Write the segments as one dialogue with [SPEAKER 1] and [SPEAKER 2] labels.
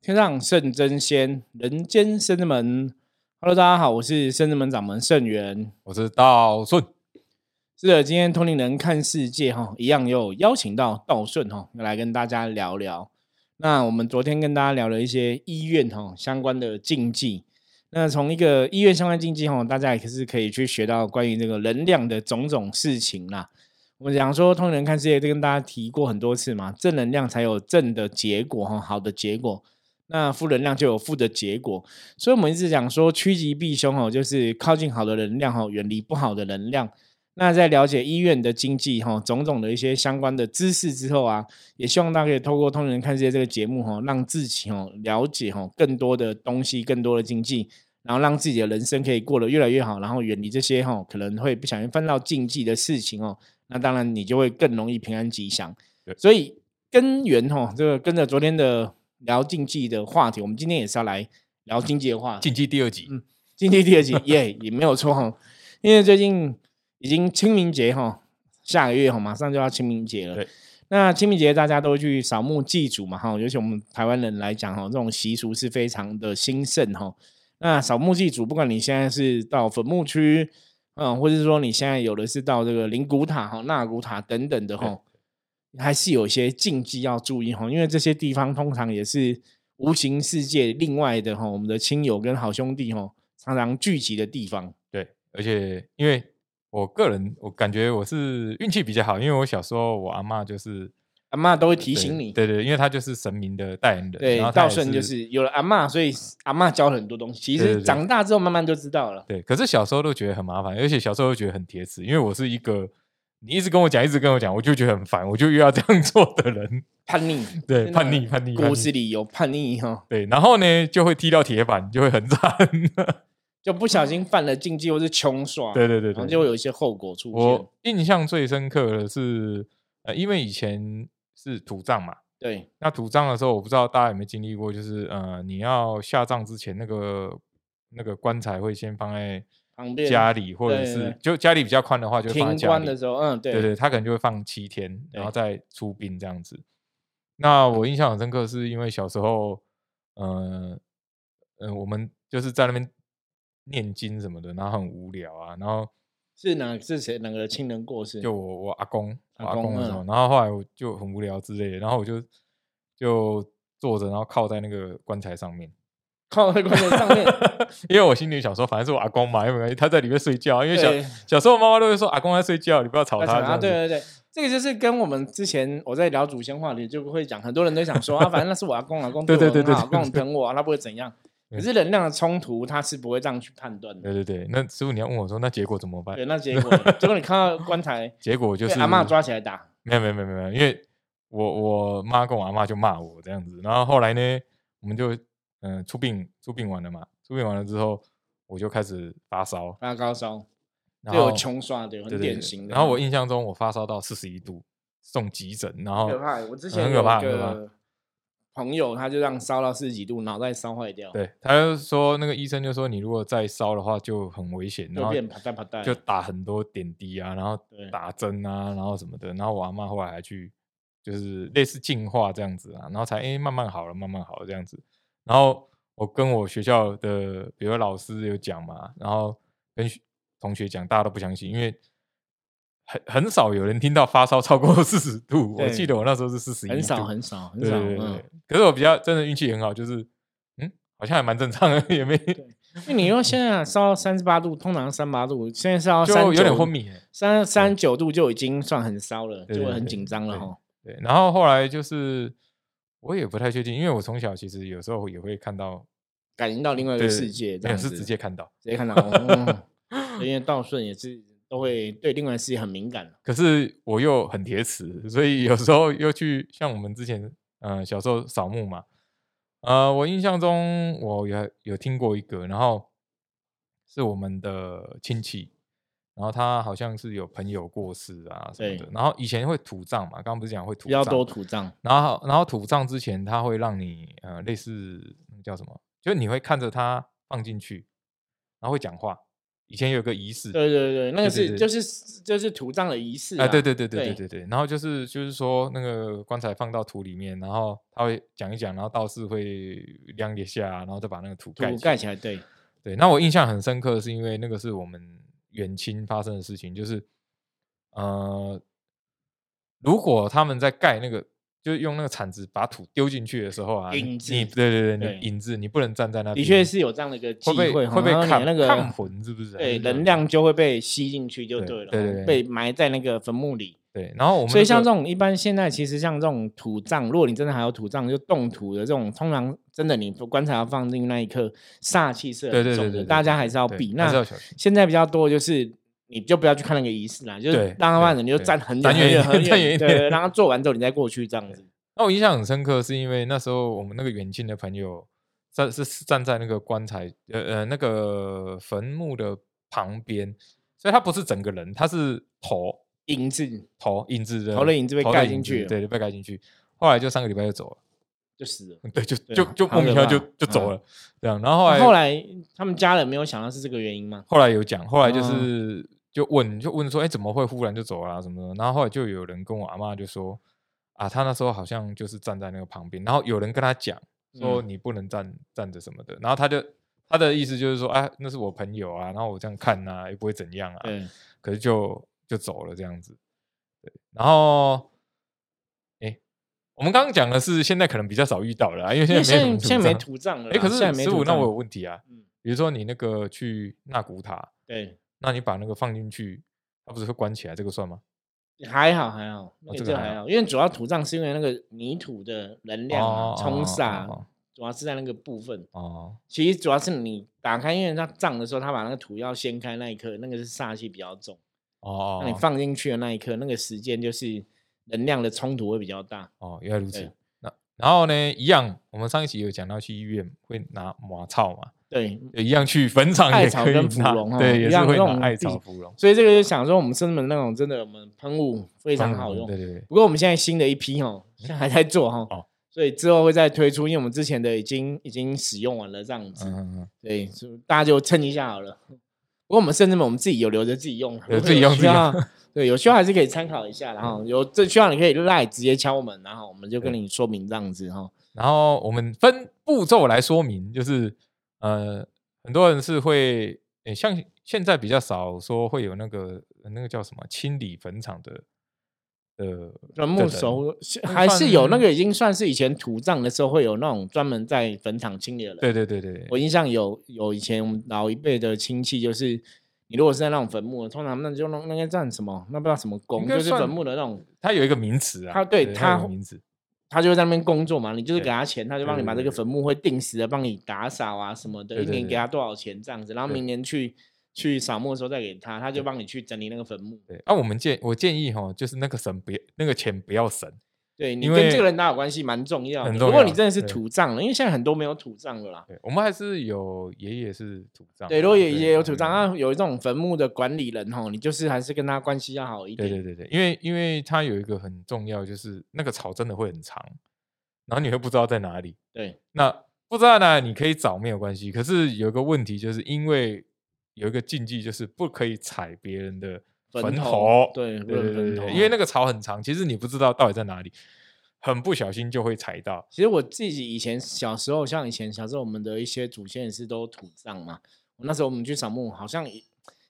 [SPEAKER 1] 天上圣真仙，人间圣之门。Hello，大家好，我是圣之门掌门圣元。
[SPEAKER 2] 我是道顺，
[SPEAKER 1] 嗯是的，今天通灵人看世界哈，一样有邀请到道顺哈，来跟大家聊聊。那我们昨天跟大家聊了一些医院哈相关的禁忌。那从一个医院相关禁忌哈，大家也是可以去学到关于这个能量的种种事情啦。我们讲说通灵人看世界，这跟大家提过很多次嘛，正能量才有正的结果哈，好的结果。那负能量就有负的结果，所以我们一直讲说趋吉避凶哦，就是靠近好的能量哦，远离不好的能量。那在了解医院的经济哈、种种的一些相关的知识之后啊，也希望大家可以透过《通人看世界》这个节目哈、让自己哦了解哦更多的东西，更多的经济，然后让自己的人生可以过得越来越好，然后远离这些哈、可能会不小心犯到禁忌的事情哦。那当然，你就会更容易平安吉祥
[SPEAKER 2] 对。
[SPEAKER 1] 所以根源哈、这个跟着昨天的聊禁忌的话题，我们今天也是要来聊经济的话题。
[SPEAKER 2] 禁忌第二集
[SPEAKER 1] 嗯，今天第二集 耶也没有错哈，因为最近已经清明节哈，下个月哈马上就要清明节了
[SPEAKER 2] 对。
[SPEAKER 1] 那清明节大家都会去扫墓祭祖嘛哈，尤其我们台湾人来讲哈，这种习俗是非常的兴盛哈。那扫墓祭祖，不管你现在是到坟墓区，嗯，或者是说你现在有的是到这个灵骨塔哈、纳骨塔等等的哈，还是有一些禁忌要注意哈，因为这些地方通常也是无形世界另外的哈，我们的亲友跟好兄弟哈常常聚集的地方。
[SPEAKER 2] 对，而且因为我个人，我感觉我是运气比较好，因为我小时候我阿嬷就是
[SPEAKER 1] 阿妈都会提
[SPEAKER 2] 提
[SPEAKER 1] 醒你，
[SPEAKER 2] 对对，因为她就是神明的代言人，
[SPEAKER 1] 对
[SPEAKER 2] 然后，她
[SPEAKER 1] 道
[SPEAKER 2] 也
[SPEAKER 1] 顺就是有了阿妈，所以阿妈教了很多东西。其
[SPEAKER 2] 对
[SPEAKER 1] 实
[SPEAKER 2] 对对
[SPEAKER 1] 长大之后慢慢就知道了。
[SPEAKER 2] 对，可是小时候都觉得很麻烦，而且小时候都觉得很铁齿，因为我是一个你一直跟我讲，一直跟我讲，我就觉得很烦，我就又要这样 做的人，
[SPEAKER 1] 叛逆，
[SPEAKER 2] 对，
[SPEAKER 1] 真的
[SPEAKER 2] 叛逆叛逆，叛
[SPEAKER 1] 骨
[SPEAKER 2] 逆
[SPEAKER 1] 子里有叛逆哈，
[SPEAKER 2] 对，然后呢就会踢到铁板，就会很惨，
[SPEAKER 1] 就不小心犯了禁忌或是穷耍，
[SPEAKER 2] 对对对
[SPEAKER 1] 啊然后
[SPEAKER 2] 对，
[SPEAKER 1] 就会有一些后果出现。
[SPEAKER 2] 我印象最深刻的是，呃，因为以前是土葬嘛，
[SPEAKER 1] 对，
[SPEAKER 2] 那土葬的时候，我不知道大家有没有经历过，就是呃，你要下葬之前，那个那个棺材会先放在
[SPEAKER 1] 旁边
[SPEAKER 2] 家里，或者
[SPEAKER 1] 对对
[SPEAKER 2] 是
[SPEAKER 1] 对
[SPEAKER 2] 就家里比较宽的话，就会放在
[SPEAKER 1] 停
[SPEAKER 2] 家
[SPEAKER 1] 棺的
[SPEAKER 2] 里。
[SPEAKER 1] 时候，嗯，对
[SPEAKER 2] 对对，他可能就会放七天，然后
[SPEAKER 1] 对
[SPEAKER 2] 再出殡这样子。那我印象很深刻，是因为小时候，呃，嗯、我们就是在那边念经什么的，然后很无聊啊，然后
[SPEAKER 1] 是哪是谁哪个亲人过世？
[SPEAKER 2] 就我我阿公我
[SPEAKER 1] 阿
[SPEAKER 2] 阿
[SPEAKER 1] 公
[SPEAKER 2] 公的
[SPEAKER 1] 嗯
[SPEAKER 2] 时候，然后后来我就很无聊之类的，然后我就就坐着，然后靠在那个棺材上面，
[SPEAKER 1] 靠在棺材上面，
[SPEAKER 2] 因为我心里想说，反正是我阿公嘛，因为他在里面睡觉， 啊因为小
[SPEAKER 1] 对
[SPEAKER 2] 小时候妈妈都会说阿公在睡觉，你不要吵
[SPEAKER 1] 要
[SPEAKER 2] 他
[SPEAKER 1] 抢
[SPEAKER 2] 这
[SPEAKER 1] 啊，对对
[SPEAKER 2] 样子。
[SPEAKER 1] 对，这个就是跟我们之前我在聊祖先话题就会讲，很多人都想说啊，反正那是我阿公，阿公
[SPEAKER 2] 对
[SPEAKER 1] 对
[SPEAKER 2] 对对
[SPEAKER 1] 我很好
[SPEAKER 2] 对对
[SPEAKER 1] 阿公疼我，他不会怎样。可
[SPEAKER 2] 嗯
[SPEAKER 1] 是能量的冲突，他是不会这样去判断的。
[SPEAKER 2] 对对对，那师傅你要问我说，那结果怎么办
[SPEAKER 1] 对，？那结果 结果你看到棺材
[SPEAKER 2] 结果 就
[SPEAKER 1] 被
[SPEAKER 2] 是
[SPEAKER 1] 阿嬷抓起来打，
[SPEAKER 2] 没有没有没有没有，因为我我妈跟我阿妈就骂我这样子，然后后来呢，我们就嗯、呃出殡出殡完了嘛，出殡完了之后，我就开始发烧，
[SPEAKER 1] 发高烧，
[SPEAKER 2] 然
[SPEAKER 1] 就
[SPEAKER 2] 后
[SPEAKER 1] 有穷刷的，
[SPEAKER 2] 对
[SPEAKER 1] 很
[SPEAKER 2] 对
[SPEAKER 1] 典
[SPEAKER 2] 对
[SPEAKER 1] 型的。
[SPEAKER 2] 然后我印象中，我发烧到四十一度，送急诊，然后
[SPEAKER 1] 很可怕，我哦之前
[SPEAKER 2] 哦很
[SPEAKER 1] 有
[SPEAKER 2] 可怕
[SPEAKER 1] 一
[SPEAKER 2] 很可怕
[SPEAKER 1] 个朋友，他就让烧到四十几度，脑袋烧坏掉，
[SPEAKER 2] 对，他就说那个医生就说你如果再烧的话就很危险，然
[SPEAKER 1] 就
[SPEAKER 2] 后
[SPEAKER 1] 变啪嗒啪嗒。
[SPEAKER 2] 就打很多点滴啊，然后
[SPEAKER 1] 对
[SPEAKER 2] 打针啊，然后什么的，然后我阿妈后来还去就是类似净化这样子啊，然后才哎、慢慢好了，慢慢好了这样子。然后我跟我学校的比如老师有讲嘛，然后跟学同学讲，大家都不相信，因为。很很少有人听到发烧超过四十度，我
[SPEAKER 1] 对
[SPEAKER 2] 记得我那时候是四十一度，
[SPEAKER 1] 很少很少很
[SPEAKER 2] 对
[SPEAKER 1] 少，
[SPEAKER 2] 对对
[SPEAKER 1] 嗯
[SPEAKER 2] 对。可是我比较真的运气很好，就是嗯，好像还蛮正常的，也 没
[SPEAKER 1] 因为你说现在烧到三十八度，通常三八度，现在烧到
[SPEAKER 2] 就
[SPEAKER 1] 39
[SPEAKER 2] 有点昏，迷欸。
[SPEAKER 1] 三三九度就已经算很烧了，
[SPEAKER 2] 对
[SPEAKER 1] 就会
[SPEAKER 2] 对
[SPEAKER 1] 很
[SPEAKER 2] 对
[SPEAKER 1] 紧张了
[SPEAKER 2] 对
[SPEAKER 1] 哈。
[SPEAKER 2] 对，然后后来就是我也不太确定，因为我从小其实有时候也会看到
[SPEAKER 1] 感应到另外一个
[SPEAKER 2] 对
[SPEAKER 1] 世界，这
[SPEAKER 2] 没有
[SPEAKER 1] 样
[SPEAKER 2] 是
[SPEAKER 1] 子
[SPEAKER 2] 直接看到，
[SPEAKER 1] 直接看 到，哦嗯因为道顺也是都会对另外一个世界很敏感。
[SPEAKER 2] 可是我又很铁齿，所以有时候又去像我们之前呃小时候扫墓嘛，呃，我印象中我有有听过一个，然后是我们的亲戚，然后他好像是有朋友过世啊什
[SPEAKER 1] 对
[SPEAKER 2] 么的，然后以前会土葬嘛，刚刚不是讲会土
[SPEAKER 1] 比较
[SPEAKER 2] 葬，
[SPEAKER 1] 多土葬，
[SPEAKER 2] 然后然后土葬之前他会让你呃类似那个叫什么，就是你会看着他放进去，然后会讲话，以前有个仪式，
[SPEAKER 1] 对对对，那个是
[SPEAKER 2] 对对对
[SPEAKER 1] 就是就是土葬的仪式
[SPEAKER 2] 啊，对对对对
[SPEAKER 1] 对
[SPEAKER 2] 对对对。然后就是就是说，那个棺材放到土里面，然后他会讲一讲，然后道士会量一下，啊然后再把那个土盖
[SPEAKER 1] 土
[SPEAKER 2] 起
[SPEAKER 1] 盖起来，对，
[SPEAKER 2] 对，那我印象很深刻，的是因为那个是我们远亲发生的事情，就是呃，如果他们在盖那个，就是用那个铲子把土丢进去的时候啊，
[SPEAKER 1] 影
[SPEAKER 2] 你
[SPEAKER 1] 子
[SPEAKER 2] 对对对，
[SPEAKER 1] 对
[SPEAKER 2] 你影子，你不能站在那
[SPEAKER 1] 的
[SPEAKER 2] 边，
[SPEAKER 1] 确是有这样的一个机
[SPEAKER 2] 会被
[SPEAKER 1] 哈
[SPEAKER 2] 会被
[SPEAKER 1] 然后你
[SPEAKER 2] 看
[SPEAKER 1] 那个
[SPEAKER 2] 看魂是不是？还
[SPEAKER 1] 对
[SPEAKER 2] 是什么
[SPEAKER 1] 能量就会被吸进去就
[SPEAKER 2] 对
[SPEAKER 1] 对了，
[SPEAKER 2] 对
[SPEAKER 1] 哈
[SPEAKER 2] 对对
[SPEAKER 1] 被埋在那个坟墓里。
[SPEAKER 2] 对，然后我们
[SPEAKER 1] 所以像
[SPEAKER 2] 这
[SPEAKER 1] 这种一般现在其实像这种土葬，如果你真的还有土葬，就动土的这种，通常真的你棺材要放进去那一刻，煞气是
[SPEAKER 2] 对
[SPEAKER 1] 很
[SPEAKER 2] 对
[SPEAKER 1] 重
[SPEAKER 2] 对
[SPEAKER 1] 的，
[SPEAKER 2] 对，
[SPEAKER 1] 大
[SPEAKER 2] 对
[SPEAKER 1] 家还是要
[SPEAKER 2] 对
[SPEAKER 1] 避。
[SPEAKER 2] 还是要
[SPEAKER 1] 那
[SPEAKER 2] 小心。
[SPEAKER 1] 现在比较多的就是。你就不要去看那个仪式啦，就是
[SPEAKER 2] 对
[SPEAKER 1] 让他慢
[SPEAKER 2] 对
[SPEAKER 1] 人，你就
[SPEAKER 2] 对
[SPEAKER 1] 站很远
[SPEAKER 2] 站
[SPEAKER 1] 很
[SPEAKER 2] 远一
[SPEAKER 1] 远
[SPEAKER 2] 点
[SPEAKER 1] 很
[SPEAKER 2] 站远
[SPEAKER 1] 远，
[SPEAKER 2] 一
[SPEAKER 1] 对，
[SPEAKER 2] 点
[SPEAKER 1] 对让 他做完之后你再过去这样子。
[SPEAKER 2] 那我印象很深刻，是因为那时候我们那个远近的朋友站是是站在那个棺材呃呃那个坟墓的旁边，所以他不是整个人，他是头
[SPEAKER 1] 影子
[SPEAKER 2] 头影子的
[SPEAKER 1] 头的影子被盖进去了
[SPEAKER 2] 对，被盖进去。后来就三个礼拜就走了，
[SPEAKER 1] 就死了。
[SPEAKER 2] 嗯对，就
[SPEAKER 1] 对
[SPEAKER 2] 就
[SPEAKER 1] 啊
[SPEAKER 2] 就
[SPEAKER 1] 好
[SPEAKER 2] 莫名其
[SPEAKER 1] 可
[SPEAKER 2] 妙
[SPEAKER 1] 怕
[SPEAKER 2] 就就走
[SPEAKER 1] 嗯
[SPEAKER 2] 了，这样。然后后来
[SPEAKER 1] 后来他们家人没有想到是这个原因吗？
[SPEAKER 2] 后来有讲，后来就
[SPEAKER 1] 嗯
[SPEAKER 2] 是就问就问说，哎、怎么会忽然就走了、啊、什么的？然后后来就有人跟我阿妈就说，啊，他那时候好像就是站在那个旁边，然后有人跟他讲说
[SPEAKER 1] 嗯
[SPEAKER 2] 你不能站、站着什么的，然后他就他的意思就是说，啊，那是我朋友啊，然后我这样看啊，也不会怎样啊，
[SPEAKER 1] 对，
[SPEAKER 2] 可是就就走了这样子。对，然后，哎、我们刚刚讲的是现在可能比较少遇到了啊，因为
[SPEAKER 1] 因
[SPEAKER 2] 现
[SPEAKER 1] 为
[SPEAKER 2] 在没有
[SPEAKER 1] 现在
[SPEAKER 2] 什
[SPEAKER 1] 现
[SPEAKER 2] 么
[SPEAKER 1] 在没
[SPEAKER 2] 土
[SPEAKER 1] 土
[SPEAKER 2] 葬
[SPEAKER 1] 葬了啦，
[SPEAKER 2] 哎、可
[SPEAKER 1] 现在
[SPEAKER 2] 是
[SPEAKER 1] 没
[SPEAKER 2] 十
[SPEAKER 1] 土
[SPEAKER 2] 五，那
[SPEAKER 1] 葬
[SPEAKER 2] 我有
[SPEAKER 1] 了
[SPEAKER 2] 问题啊。
[SPEAKER 1] 嗯
[SPEAKER 2] 比如说你那个去纳古塔，
[SPEAKER 1] 对，
[SPEAKER 2] 那你把那个放进去，它不是会关起来？这个算吗？
[SPEAKER 1] 还好还好，那个
[SPEAKER 2] 哦这
[SPEAKER 1] 就
[SPEAKER 2] 个
[SPEAKER 1] 还
[SPEAKER 2] 还
[SPEAKER 1] 好，因为主要土葬是因为那个泥土的能量啊冲
[SPEAKER 2] 哦
[SPEAKER 1] 煞，主要是在那个部分。
[SPEAKER 2] 哦哦
[SPEAKER 1] 其实主要是你打开，因为它葬的时候，它把那个土要掀开那一刻，那个是煞气比较重。
[SPEAKER 2] 哦哦，
[SPEAKER 1] 那你
[SPEAKER 2] 哦
[SPEAKER 1] 放进去的那一刻，那个时间就是能量的冲突会比较大。
[SPEAKER 2] 哦，原来如
[SPEAKER 1] 对
[SPEAKER 2] 此。那然后呢，一样，我们上一集有讲到去医院会拿马草嘛，
[SPEAKER 1] 对，
[SPEAKER 2] 也一样去坟场
[SPEAKER 1] 艾
[SPEAKER 2] 也
[SPEAKER 1] 草
[SPEAKER 2] 可以
[SPEAKER 1] 跟芙
[SPEAKER 2] 拿
[SPEAKER 1] 蓉哦
[SPEAKER 2] 对，
[SPEAKER 1] 一
[SPEAKER 2] 也是
[SPEAKER 1] 样
[SPEAKER 2] 会
[SPEAKER 1] 用
[SPEAKER 2] 拿艾
[SPEAKER 1] 地
[SPEAKER 2] 草芙蓉，
[SPEAKER 1] 所以这个就想说，我们生门那种真的，我们喷雾非常
[SPEAKER 2] 嗯
[SPEAKER 1] 好用。
[SPEAKER 2] 对对对，
[SPEAKER 1] 不过我们现在新的一批哦，现在还在做哦，
[SPEAKER 2] 哦
[SPEAKER 1] 所以之后会再推出，因为我们之前的已经已经使用完了这样子。
[SPEAKER 2] 嗯嗯嗯，
[SPEAKER 1] 对，就大家就蹭一下好了。不过我们甚至我们自己有留着自己用啊，
[SPEAKER 2] 有
[SPEAKER 1] 如果
[SPEAKER 2] 自己
[SPEAKER 1] 有
[SPEAKER 2] 用嗯
[SPEAKER 1] 需
[SPEAKER 2] 自己
[SPEAKER 1] 要，对，有需要还是可以参考一下啦齁。然后有这需要你可以赖直接敲门，然后我们就跟你说明这样子哈。
[SPEAKER 2] 然后我们分步骤来说明，就是呃，很多人是会，诶，像现在比较少说会有那个那个叫什么清理坟场的
[SPEAKER 1] 坟
[SPEAKER 2] 的的
[SPEAKER 1] 墓
[SPEAKER 2] 人
[SPEAKER 1] 熟是
[SPEAKER 2] 那
[SPEAKER 1] 还是有那
[SPEAKER 2] 算
[SPEAKER 1] 个已经算是以前土葬的时候会有那种专门在坟场清理的人。
[SPEAKER 2] 对对对对，
[SPEAKER 1] 我印象有有以前我们老一辈的亲戚，就是你如果是在那种坟墓，通常那就弄那个叫什么，那不知道什么
[SPEAKER 2] 应
[SPEAKER 1] 宫，
[SPEAKER 2] 该
[SPEAKER 1] 就是
[SPEAKER 2] 算
[SPEAKER 1] 坟墓的那种，
[SPEAKER 2] 它有一个名词啊，
[SPEAKER 1] 它对
[SPEAKER 2] 它有
[SPEAKER 1] 它
[SPEAKER 2] 个名词，
[SPEAKER 1] 他就会在那边工作嘛，你就是给
[SPEAKER 2] 对
[SPEAKER 1] 他钱，他就帮你
[SPEAKER 2] 对
[SPEAKER 1] 把
[SPEAKER 2] 对
[SPEAKER 1] 这个
[SPEAKER 2] 对
[SPEAKER 1] 坟墓会定时的帮你打扫啊什么的，
[SPEAKER 2] 对
[SPEAKER 1] 一
[SPEAKER 2] 对
[SPEAKER 1] 年给
[SPEAKER 2] 对
[SPEAKER 1] 他多少钱这样子，然后
[SPEAKER 2] 对
[SPEAKER 1] 明年去去扫墓的时候再给他，他就帮你去整理那个坟墓。
[SPEAKER 2] 对啊，我们建我建议哈，就是那个省不要那个钱不要省，
[SPEAKER 1] 对你
[SPEAKER 2] 因
[SPEAKER 1] 跟这个
[SPEAKER 2] 为
[SPEAKER 1] 人打有关系，蛮重要的。
[SPEAKER 2] 很
[SPEAKER 1] 如
[SPEAKER 2] 重
[SPEAKER 1] 果
[SPEAKER 2] 要
[SPEAKER 1] 你真的是
[SPEAKER 2] 对
[SPEAKER 1] 土葬了，因为现在很多没有土葬了啦。
[SPEAKER 2] 对我们还是有爷爷是土葬嘛，
[SPEAKER 1] 对，如果也也有土葬，
[SPEAKER 2] 啊对
[SPEAKER 1] 啊，有这种坟墓的管理人吼，你就是还是跟他关系要好一
[SPEAKER 2] 对
[SPEAKER 1] 点。
[SPEAKER 2] 对对对，因为因为它有一个很重要，就是那个草真的会很长，然后你会不知道在哪里。
[SPEAKER 1] 对
[SPEAKER 2] 那不知道呢，你可以找没有关系，可是有一个问题，就是因为有一个禁忌，就是不可以踩别人的
[SPEAKER 1] 坟
[SPEAKER 2] 坟
[SPEAKER 1] 头
[SPEAKER 2] 头。
[SPEAKER 1] 对不
[SPEAKER 2] 对
[SPEAKER 1] 能坟
[SPEAKER 2] 对对
[SPEAKER 1] 头啊
[SPEAKER 2] 对，因为那个草很长，其实你不知道到底在哪里，很不小心就会踩到。
[SPEAKER 1] 其实我自己以前小时候，像以前小时候我们的一些祖先也是都土葬嘛。我那时候我们去扫墓，好像也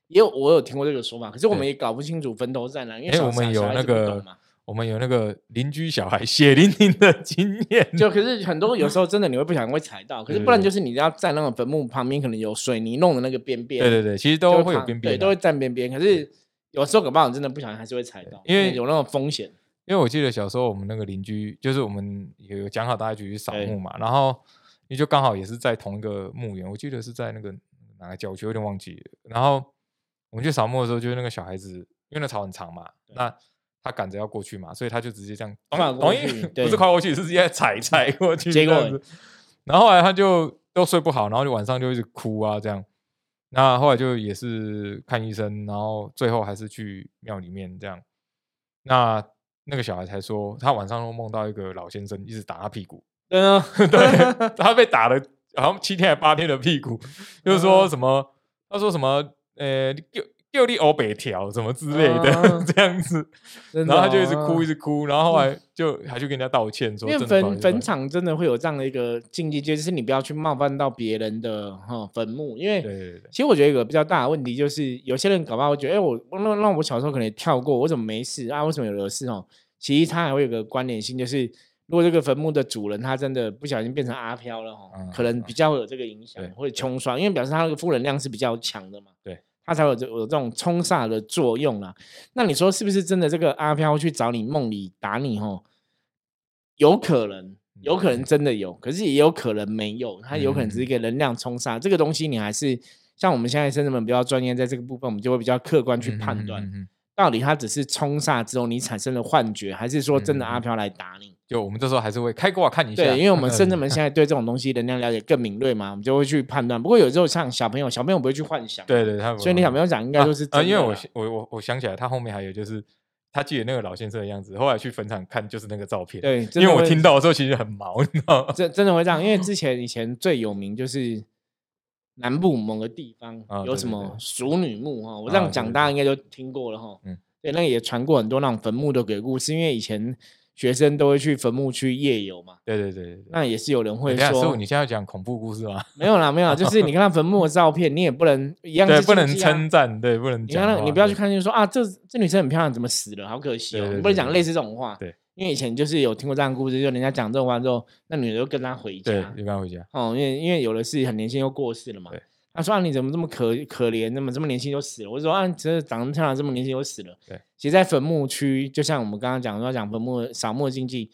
[SPEAKER 1] 也有我有听过这个说法，可是我们
[SPEAKER 2] 对
[SPEAKER 1] 也搞不清楚坟头在哪，因为
[SPEAKER 2] 哎
[SPEAKER 1] 小
[SPEAKER 2] 我们
[SPEAKER 1] 小
[SPEAKER 2] 有
[SPEAKER 1] 小孩
[SPEAKER 2] 那
[SPEAKER 1] 子不懂
[SPEAKER 2] 个
[SPEAKER 1] 嘛
[SPEAKER 2] 我们有那个邻居小孩血淋淋的经验，
[SPEAKER 1] 就可是 很多有时候真的你会不小心会踩到，可是
[SPEAKER 2] 对
[SPEAKER 1] 不然
[SPEAKER 2] 对
[SPEAKER 1] 就是你要站那种坟墓旁边，可能有水泥弄的那个边边，
[SPEAKER 2] 对对对，其实
[SPEAKER 1] 就
[SPEAKER 2] 都会有
[SPEAKER 1] 旁
[SPEAKER 2] 边
[SPEAKER 1] 对
[SPEAKER 2] 边、
[SPEAKER 1] 都
[SPEAKER 2] 啊
[SPEAKER 1] 会。站边边，可是。有时候搞不好你真的不小心还是会踩到，
[SPEAKER 2] 因为
[SPEAKER 1] 有那种风险。
[SPEAKER 2] 因为我记得小时候我们那个邻居，就是我们有讲好大家一起去扫
[SPEAKER 1] 对
[SPEAKER 2] 墓嘛，然后也就刚好也是在同一个墓园，我记得是在那个哪个郊区，有点忘记了。然后我们去扫墓的时候，就是那个小孩子，因为那草很长嘛，那他赶着要过去嘛，所以他就直接这样
[SPEAKER 1] 跨
[SPEAKER 2] 咚
[SPEAKER 1] 过
[SPEAKER 2] 咚一
[SPEAKER 1] 去
[SPEAKER 2] 不
[SPEAKER 1] 对
[SPEAKER 2] 是跨过去，是直接踩踩过去
[SPEAKER 1] 嗯结
[SPEAKER 2] 这
[SPEAKER 1] 果
[SPEAKER 2] 样子。然后后来他就都睡不好，然后就晚上就一直哭啊这样。那后来就也是看医生，然后最后还是去庙里面这样。那那个小孩才说，他晚上都梦到一个老先生一直打他屁股，
[SPEAKER 1] 对 啊，
[SPEAKER 2] 对，他被打了好像七天还八天的屁股，就是
[SPEAKER 1] 哦
[SPEAKER 2] 说什么，他说什么，呃，就就你欧北条什么之类的、
[SPEAKER 1] 啊
[SPEAKER 2] 这样子，
[SPEAKER 1] 真的
[SPEAKER 2] 然后他就一直
[SPEAKER 1] 哦
[SPEAKER 2] 哭一直哭，然后后来就还去跟人家道歉说，
[SPEAKER 1] 因为
[SPEAKER 2] 真的不好意
[SPEAKER 1] 坟
[SPEAKER 2] 思啊
[SPEAKER 1] 坟场真的会有这样的一个禁忌，就是你不要去冒犯到别人的哈、坟墓，因为
[SPEAKER 2] 对对对对，
[SPEAKER 1] 其实我觉得有个比较大的问题就是，有些人搞不好会觉得，哎、我那那我小时候可能也跳过，我怎么没事啊？为什么有的有事哦？其实它还会有个关联性，就是如果这个坟墓的主人他真的不小心变成阿飘了哦，
[SPEAKER 2] 嗯
[SPEAKER 1] 可能比较有这个影响，
[SPEAKER 2] 对
[SPEAKER 1] 或者冲刷，因为表示他那个负能量是比较强的嘛，
[SPEAKER 2] 对，
[SPEAKER 1] 它才有这有这种冲煞的作用啦。那你说是不是真的这个阿飘去找你梦里打你哦？有可能，有可
[SPEAKER 2] 嗯
[SPEAKER 1] 能真的有，可是也有可能没有，它有可能只是一个能量冲杀。这个东西你还是像我们现在甚至们比较专业，在这个部分我们就会比较客观去判断，
[SPEAKER 2] 嗯嗯嗯嗯嗯
[SPEAKER 1] 到底它只是冲煞之后你产生了幻觉，还是说真的
[SPEAKER 2] 嗯嗯
[SPEAKER 1] 阿飘来打你？
[SPEAKER 2] 就我们这时候还是会开挂看一下，
[SPEAKER 1] 对，因为我们 甚至
[SPEAKER 2] 嗯
[SPEAKER 1] 们现在对这种东西能量了解更敏锐嘛，我们就会去判断。不过有时候像小朋友，小朋友不会去幻想，
[SPEAKER 2] 对，对，他
[SPEAKER 1] 所以你小朋
[SPEAKER 2] 友
[SPEAKER 1] 友讲应该就是
[SPEAKER 2] 啊，
[SPEAKER 1] 真
[SPEAKER 2] 因为
[SPEAKER 1] 的
[SPEAKER 2] 我
[SPEAKER 1] 啦
[SPEAKER 2] 想我我我想起来，他后面还有就是他记得那个老先生的样子，后来去坟场看就是那个照片，
[SPEAKER 1] 对，真
[SPEAKER 2] 因为
[SPEAKER 1] 的
[SPEAKER 2] 我
[SPEAKER 1] 会
[SPEAKER 2] 听到的时候其实很毛，你知道吗？
[SPEAKER 1] 真真的会这样，因为之前以前最有名就是南部某个地方
[SPEAKER 2] 啊
[SPEAKER 1] 有
[SPEAKER 2] 对
[SPEAKER 1] 什
[SPEAKER 2] 对
[SPEAKER 1] 么
[SPEAKER 2] 对
[SPEAKER 1] 熟女墓哈，我
[SPEAKER 2] 啊
[SPEAKER 1] 这样
[SPEAKER 2] 对
[SPEAKER 1] 讲
[SPEAKER 2] 对
[SPEAKER 1] 大家
[SPEAKER 2] 对
[SPEAKER 1] 应该都听过了哈。
[SPEAKER 2] 嗯，
[SPEAKER 1] 对，那个也传过很多那种坟墓的鬼故事，因为以前学生都会去坟墓去夜游嘛，
[SPEAKER 2] 对对对对对。
[SPEAKER 1] 那也是有人会
[SPEAKER 2] 等一下师傅，
[SPEAKER 1] 说
[SPEAKER 2] 你现在要讲恐怖故事吗？
[SPEAKER 1] 没有啦没有啦，就是你看到坟墓的照片，你也不能一样
[SPEAKER 2] 对，
[SPEAKER 1] 是
[SPEAKER 2] 不能
[SPEAKER 1] 禁忌啊
[SPEAKER 2] 称赞，对，不能
[SPEAKER 1] 你
[SPEAKER 2] 讲
[SPEAKER 1] 看
[SPEAKER 2] 话。
[SPEAKER 1] 到你不要
[SPEAKER 2] 对
[SPEAKER 1] 去看，就说啊，这这女生很漂亮，怎么死了？好可惜哦！
[SPEAKER 2] 对对
[SPEAKER 1] 你不能
[SPEAKER 2] 对
[SPEAKER 1] 讲
[SPEAKER 2] 对
[SPEAKER 1] 类似这种话。
[SPEAKER 2] 对，
[SPEAKER 1] 因为以前就是有听过这样的故事，就人家讲这种话之后，那女的就跟他回家。
[SPEAKER 2] 对，一般回家。
[SPEAKER 1] 哦，因为因为有的是很年轻就过世了嘛
[SPEAKER 2] 对。
[SPEAKER 1] 他说啊，你怎么这么可可怜，怎么这么年轻就死了？我就说啊，这长得漂亮，这么年轻就死了。
[SPEAKER 2] 对，
[SPEAKER 1] 其实，在坟墓区，就像我们刚刚讲说，讲坟墓扫墓的禁忌，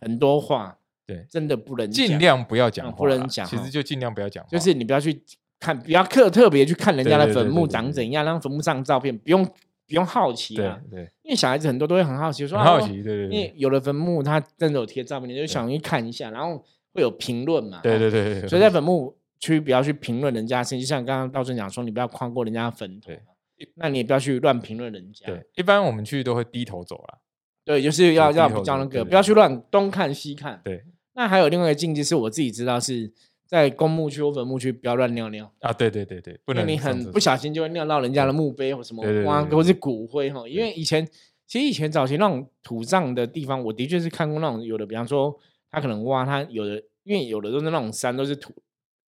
[SPEAKER 1] 很多话
[SPEAKER 2] 对
[SPEAKER 1] 真的不能
[SPEAKER 2] 尽
[SPEAKER 1] 讲，
[SPEAKER 2] 量不要讲
[SPEAKER 1] 嗯
[SPEAKER 2] 话啦，
[SPEAKER 1] 不能讲
[SPEAKER 2] 其
[SPEAKER 1] 哈
[SPEAKER 2] 实就尽量不要讲话，
[SPEAKER 1] 就是你不要去看，不要特特别去看人
[SPEAKER 2] 对
[SPEAKER 1] 家的
[SPEAKER 2] 对对
[SPEAKER 1] 坟
[SPEAKER 2] 对
[SPEAKER 1] 墓
[SPEAKER 2] 对
[SPEAKER 1] 长
[SPEAKER 2] 对
[SPEAKER 1] 怎样，让坟墓上的照片不用不用好奇
[SPEAKER 2] 对
[SPEAKER 1] 啦，
[SPEAKER 2] 对，
[SPEAKER 1] 因为小孩子很多都会很好啊奇说，
[SPEAKER 2] 很
[SPEAKER 1] 啊
[SPEAKER 2] 好
[SPEAKER 1] 我
[SPEAKER 2] 奇，对对
[SPEAKER 1] 因为
[SPEAKER 2] 对
[SPEAKER 1] 有的坟墓它真的有贴照片，你就想去看一下，然后会有评论嘛，哦
[SPEAKER 2] 对对对对，
[SPEAKER 1] 所以在坟墓区不要去评论人家的事情，就像刚刚道正讲说，你不要跨过人家的坟头
[SPEAKER 2] 对
[SPEAKER 1] 嘛，那你也不要去乱评论人家。
[SPEAKER 2] 对，一般我们去都会低头走啦，
[SPEAKER 1] 对，就是要
[SPEAKER 2] 低
[SPEAKER 1] 要
[SPEAKER 2] 头
[SPEAKER 1] 比较
[SPEAKER 2] 族
[SPEAKER 1] 那
[SPEAKER 2] 对
[SPEAKER 1] 个，
[SPEAKER 2] 对
[SPEAKER 1] 不要
[SPEAKER 2] 对
[SPEAKER 1] 去乱东看西看。
[SPEAKER 2] 对
[SPEAKER 1] 那还有另外一个禁忌是我自己知道是在公墓区或坟墓区不要乱尿尿，
[SPEAKER 2] 啊，对对对对，不
[SPEAKER 1] 不
[SPEAKER 2] 能
[SPEAKER 1] 你
[SPEAKER 2] 上厕
[SPEAKER 1] 很
[SPEAKER 2] 所
[SPEAKER 1] 不小心就会尿到人家的墓碑或什么
[SPEAKER 2] 对对对
[SPEAKER 1] 挖
[SPEAKER 2] 对对
[SPEAKER 1] 或是骨灰哈。因为以前其实以前早期那种土葬的地方，我的确是看过那种有的，比方说他可能挖他有的，因为有的都是那种山都是土，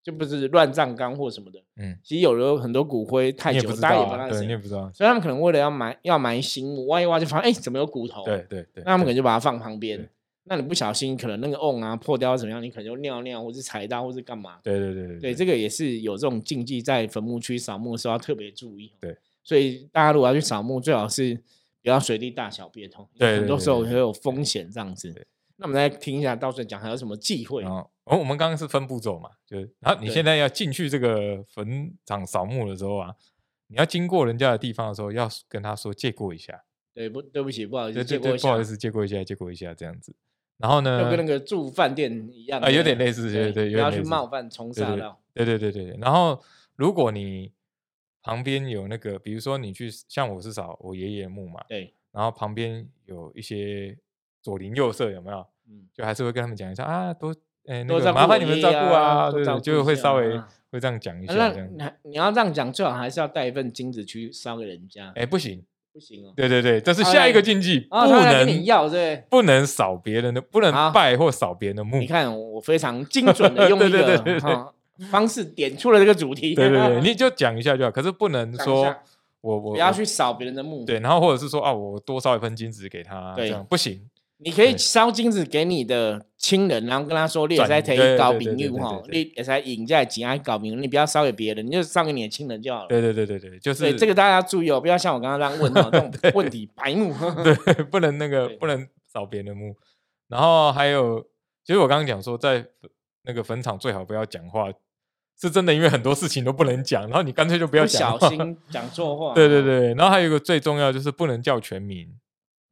[SPEAKER 1] 就不是乱葬岗或什么的。
[SPEAKER 2] 嗯，
[SPEAKER 1] 其实有时候很多骨灰太
[SPEAKER 2] 你也
[SPEAKER 1] 久
[SPEAKER 2] 不
[SPEAKER 1] 了，
[SPEAKER 2] 知
[SPEAKER 1] 大家也
[SPEAKER 2] 道
[SPEAKER 1] 不知道
[SPEAKER 2] 啊，
[SPEAKER 1] 那是
[SPEAKER 2] 对，你也
[SPEAKER 1] 谁，
[SPEAKER 2] 不知道，
[SPEAKER 1] 所以他们可能为了要埋要埋新墓，挖一挖就发现哎怎么有骨头？
[SPEAKER 2] 对，对对，
[SPEAKER 1] 那他们可
[SPEAKER 2] 对
[SPEAKER 1] 能就把它放旁边
[SPEAKER 2] 对。
[SPEAKER 1] 那你不小心可能那个瓮啊破掉或怎么样，你可能就尿尿或是踩到或是干嘛？
[SPEAKER 2] 对对对对
[SPEAKER 1] 对，这个也是有这种禁忌，在坟墓区扫墓的时候要特别注意。哦
[SPEAKER 2] 对，
[SPEAKER 1] 所以大家如果要去扫墓，最好是不要随地大小便哦，因为
[SPEAKER 2] 对对
[SPEAKER 1] 很多
[SPEAKER 2] 对
[SPEAKER 1] 时候
[SPEAKER 2] 对
[SPEAKER 1] 会有风险这样子
[SPEAKER 2] 对。
[SPEAKER 1] 那我们来听一下道顺讲还有什么忌讳
[SPEAKER 2] 然？后，哦，我们刚刚是分步骤嘛，就是，然后你
[SPEAKER 1] 对
[SPEAKER 2] 现在要进去这个坟场扫墓的时候啊，你要经过人家的地方的时候，要跟他说借过一下，
[SPEAKER 1] 对不？对不起，不好意
[SPEAKER 2] 对
[SPEAKER 1] 思，借
[SPEAKER 2] 对对，
[SPEAKER 1] 过
[SPEAKER 2] 不好意
[SPEAKER 1] 思，
[SPEAKER 2] 思，借过一下，借过一下这样子。然后
[SPEAKER 1] 就
[SPEAKER 2] 呢
[SPEAKER 1] 跟，那个住饭店一样
[SPEAKER 2] 啊有点类似
[SPEAKER 1] 对
[SPEAKER 2] 对对
[SPEAKER 1] 不
[SPEAKER 2] 有
[SPEAKER 1] 要
[SPEAKER 2] 点
[SPEAKER 1] 去
[SPEAKER 2] 类似
[SPEAKER 1] 冒犯冲
[SPEAKER 2] 对
[SPEAKER 1] 煞
[SPEAKER 2] 对
[SPEAKER 1] 到。
[SPEAKER 2] 对对对对对。然后如果你旁边有那个，比如说你去像我是扫我爷爷墓嘛，
[SPEAKER 1] 对，
[SPEAKER 2] 然后旁边有一些左邻右舍有没有？
[SPEAKER 1] 嗯，
[SPEAKER 2] 就还是会跟他们讲一下啊，多哎
[SPEAKER 1] 多
[SPEAKER 2] 那
[SPEAKER 1] 照
[SPEAKER 2] 个
[SPEAKER 1] 顾
[SPEAKER 2] 麻
[SPEAKER 1] 我
[SPEAKER 2] 烦你们
[SPEAKER 1] 爷
[SPEAKER 2] 照
[SPEAKER 1] 爷
[SPEAKER 2] 顾
[SPEAKER 1] 啊
[SPEAKER 2] 啊，
[SPEAKER 1] 多
[SPEAKER 2] 对
[SPEAKER 1] 照
[SPEAKER 2] 对，
[SPEAKER 1] 顾
[SPEAKER 2] 就
[SPEAKER 1] 一
[SPEAKER 2] 会
[SPEAKER 1] 下
[SPEAKER 2] 稍微
[SPEAKER 1] 啊
[SPEAKER 2] 会这样讲一
[SPEAKER 1] 啊
[SPEAKER 2] 下
[SPEAKER 1] 那
[SPEAKER 2] 这样。
[SPEAKER 1] 你还你要这样讲，最好还是要带一份金子去烧给人家。
[SPEAKER 2] 哎，不行，
[SPEAKER 1] 不行哦，
[SPEAKER 2] 对对对，这是
[SPEAKER 1] 他
[SPEAKER 2] 下
[SPEAKER 1] 来
[SPEAKER 2] 一个禁忌，
[SPEAKER 1] 啊，
[SPEAKER 2] 不
[SPEAKER 1] 他来跟你
[SPEAKER 2] 能
[SPEAKER 1] 要对不对。
[SPEAKER 2] 不能扫别人的，不能
[SPEAKER 1] 好
[SPEAKER 2] 拜或扫别人的墓
[SPEAKER 1] 你。看，我非常精准的用一
[SPEAKER 2] 对对对
[SPEAKER 1] 个
[SPEAKER 2] 对对
[SPEAKER 1] 哈方式点出了这个主题。
[SPEAKER 2] 对对 对，你就讲一下就好，可是不能
[SPEAKER 1] 讲一
[SPEAKER 2] 说
[SPEAKER 1] 下
[SPEAKER 2] 我我
[SPEAKER 1] 不要
[SPEAKER 2] 我
[SPEAKER 1] 去扫别人的墓。，
[SPEAKER 2] 对，然后或者是说啊，我多烧一份金子给他，这
[SPEAKER 1] 对
[SPEAKER 2] 样不行，
[SPEAKER 1] 你可以
[SPEAKER 2] 对
[SPEAKER 1] 烧金子给你的亲人，然后跟他说，你也在
[SPEAKER 2] 转移
[SPEAKER 1] 提搞
[SPEAKER 2] 对对
[SPEAKER 1] 朋
[SPEAKER 2] 对
[SPEAKER 1] 友
[SPEAKER 2] 对
[SPEAKER 1] 哈，
[SPEAKER 2] 对对
[SPEAKER 1] 你也在引在紧爱搞朋友，你不要烧给别人，你就烧给你的亲人就好了。
[SPEAKER 2] 对对对对对，就
[SPEAKER 1] 对，
[SPEAKER 2] 是
[SPEAKER 1] 这个大家要注意哦，不要像我刚刚这样 问哦，这种问题白目。
[SPEAKER 2] 对，不能那个
[SPEAKER 1] 对
[SPEAKER 2] 不能扫别人的墓。然后还有，其实我刚刚讲说，在那个坟场最好不要讲话，是真的，因为很多事情都不能讲，然后你干脆就不要
[SPEAKER 1] 不
[SPEAKER 2] 讲
[SPEAKER 1] 小
[SPEAKER 2] 话。
[SPEAKER 1] 心讲错话。
[SPEAKER 2] 对对对，然后还有一个最重要就是不能叫全名，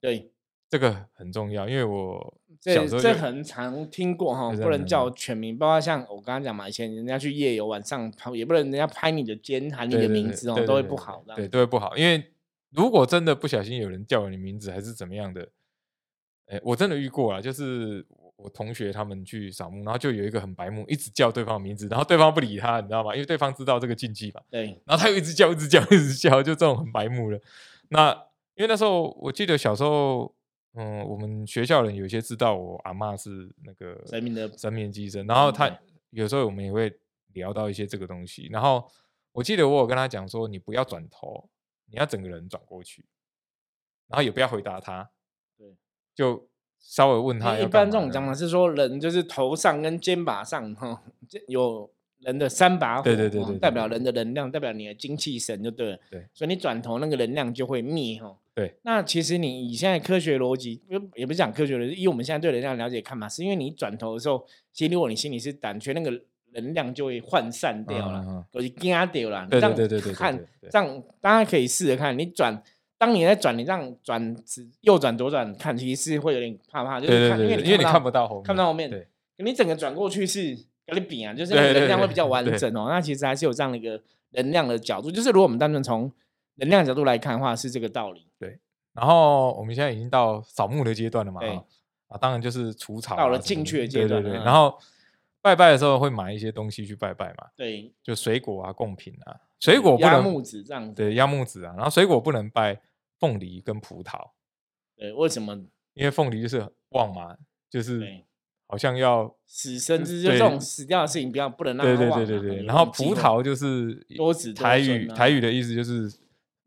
[SPEAKER 1] 对，
[SPEAKER 2] 这个很重要，因为我小时
[SPEAKER 1] 这
[SPEAKER 2] 候
[SPEAKER 1] 这
[SPEAKER 2] 就
[SPEAKER 1] 很常听过哈，
[SPEAKER 2] 对这啊
[SPEAKER 1] 不能
[SPEAKER 2] 很
[SPEAKER 1] 叫全名，包括像我刚刚讲嘛，以前人家去夜游晚上拍，也不能人家拍你的肩喊你
[SPEAKER 2] 对
[SPEAKER 1] 的
[SPEAKER 2] 对
[SPEAKER 1] 名
[SPEAKER 2] 对
[SPEAKER 1] 字哦
[SPEAKER 2] 对，对
[SPEAKER 1] 都会
[SPEAKER 2] 对
[SPEAKER 1] 不
[SPEAKER 2] 对
[SPEAKER 1] 好的。
[SPEAKER 2] 对，都会不好，因为如果真的不小心有人叫了你名字还是怎么样的，哎，我真的遇过啊，就是我我同学他们去扫墓，然后就有一个很白目，一直叫对方的名字，然后对方不理他，你知道吗？因为对方知道这个禁忌嘛，
[SPEAKER 1] 对，
[SPEAKER 2] 然后他又一直叫，一直叫，一直叫，就这种很白目的。那因为那时候我记得小时候，嗯，我们学校人有些知道我阿嬷是那个
[SPEAKER 1] 神明的
[SPEAKER 2] 神明祭神，然后他
[SPEAKER 1] 对
[SPEAKER 2] 有时候我们也会聊到一些这个东西。然后我记得我有跟他讲说，你不要转头，你要整个人转过去，然后也不要回答他，
[SPEAKER 1] 对，
[SPEAKER 2] 就稍微问
[SPEAKER 1] 因
[SPEAKER 2] 他
[SPEAKER 1] 为
[SPEAKER 2] 要
[SPEAKER 1] 一
[SPEAKER 2] 干
[SPEAKER 1] 般
[SPEAKER 2] 嘛
[SPEAKER 1] 这种讲
[SPEAKER 2] 样
[SPEAKER 1] 法是说人就是头上跟肩膀上哈，这有人的三把火，
[SPEAKER 2] 对对对
[SPEAKER 1] 哦
[SPEAKER 2] 对对
[SPEAKER 1] 代表人的能量，代表你的精气神就对了。
[SPEAKER 2] 对，
[SPEAKER 1] 所以你转头那个能量就会灭哈。
[SPEAKER 2] 对，
[SPEAKER 1] 那其实你以现在科学逻辑，不也不是讲科学逻辑，以我们现在对能量了解看法，是因为你转头的时候，其实如果你心里是胆怯，那个能量就会涣散掉了。
[SPEAKER 2] 嗯嗯嗯
[SPEAKER 1] 就是惊掉啦。你这
[SPEAKER 2] 对对
[SPEAKER 1] 样
[SPEAKER 2] 对对对对
[SPEAKER 1] 看
[SPEAKER 2] 对对
[SPEAKER 1] 这样大家可以试着看，你转，当你在转，你这样转直右转左转看，其实是会有点怕怕，就
[SPEAKER 2] 对
[SPEAKER 1] 是
[SPEAKER 2] 对
[SPEAKER 1] 看，
[SPEAKER 2] 对，对因为你看不到后面，
[SPEAKER 1] 看不到后面
[SPEAKER 2] 对
[SPEAKER 1] 你整个转过去是跟你比啊，就是
[SPEAKER 2] 对
[SPEAKER 1] 那个
[SPEAKER 2] 对
[SPEAKER 1] 能量会
[SPEAKER 2] 对
[SPEAKER 1] 比较完
[SPEAKER 2] 对
[SPEAKER 1] 整哦。那其实还是有这样的一个能量的角度，就是如果我们单纯从能量角度来看的话，是这个道理。
[SPEAKER 2] 然后我们现在已经到扫墓的阶段了嘛，
[SPEAKER 1] 对
[SPEAKER 2] 哈啊，当然就是除草啊
[SPEAKER 1] 到了
[SPEAKER 2] 什么
[SPEAKER 1] 进去的
[SPEAKER 2] 对
[SPEAKER 1] 阶段
[SPEAKER 2] 对对。
[SPEAKER 1] 嗯
[SPEAKER 2] 然后拜拜的时候会买一些东西去拜拜嘛，
[SPEAKER 1] 对，
[SPEAKER 2] 就水果啊、贡品啊，水果不
[SPEAKER 1] 压
[SPEAKER 2] 能
[SPEAKER 1] 木子这样子。
[SPEAKER 2] 对压木子啊，然后水果不能拜凤梨跟葡萄，
[SPEAKER 1] 对，为什么？
[SPEAKER 2] 因为凤梨就是旺嘛，就是
[SPEAKER 1] 对，
[SPEAKER 2] 好像要
[SPEAKER 1] 死生之就
[SPEAKER 2] 对
[SPEAKER 1] 这种死掉的事情，不要不能让
[SPEAKER 2] 对
[SPEAKER 1] 它
[SPEAKER 2] 对
[SPEAKER 1] 忘
[SPEAKER 2] 对
[SPEAKER 1] 啊
[SPEAKER 2] 对对。
[SPEAKER 1] 你
[SPEAKER 2] 然后
[SPEAKER 1] 忘记
[SPEAKER 2] 葡
[SPEAKER 1] 了
[SPEAKER 2] 萄就是
[SPEAKER 1] 多子多
[SPEAKER 2] 台
[SPEAKER 1] 孙
[SPEAKER 2] 语
[SPEAKER 1] 啊
[SPEAKER 2] 台语的意思就是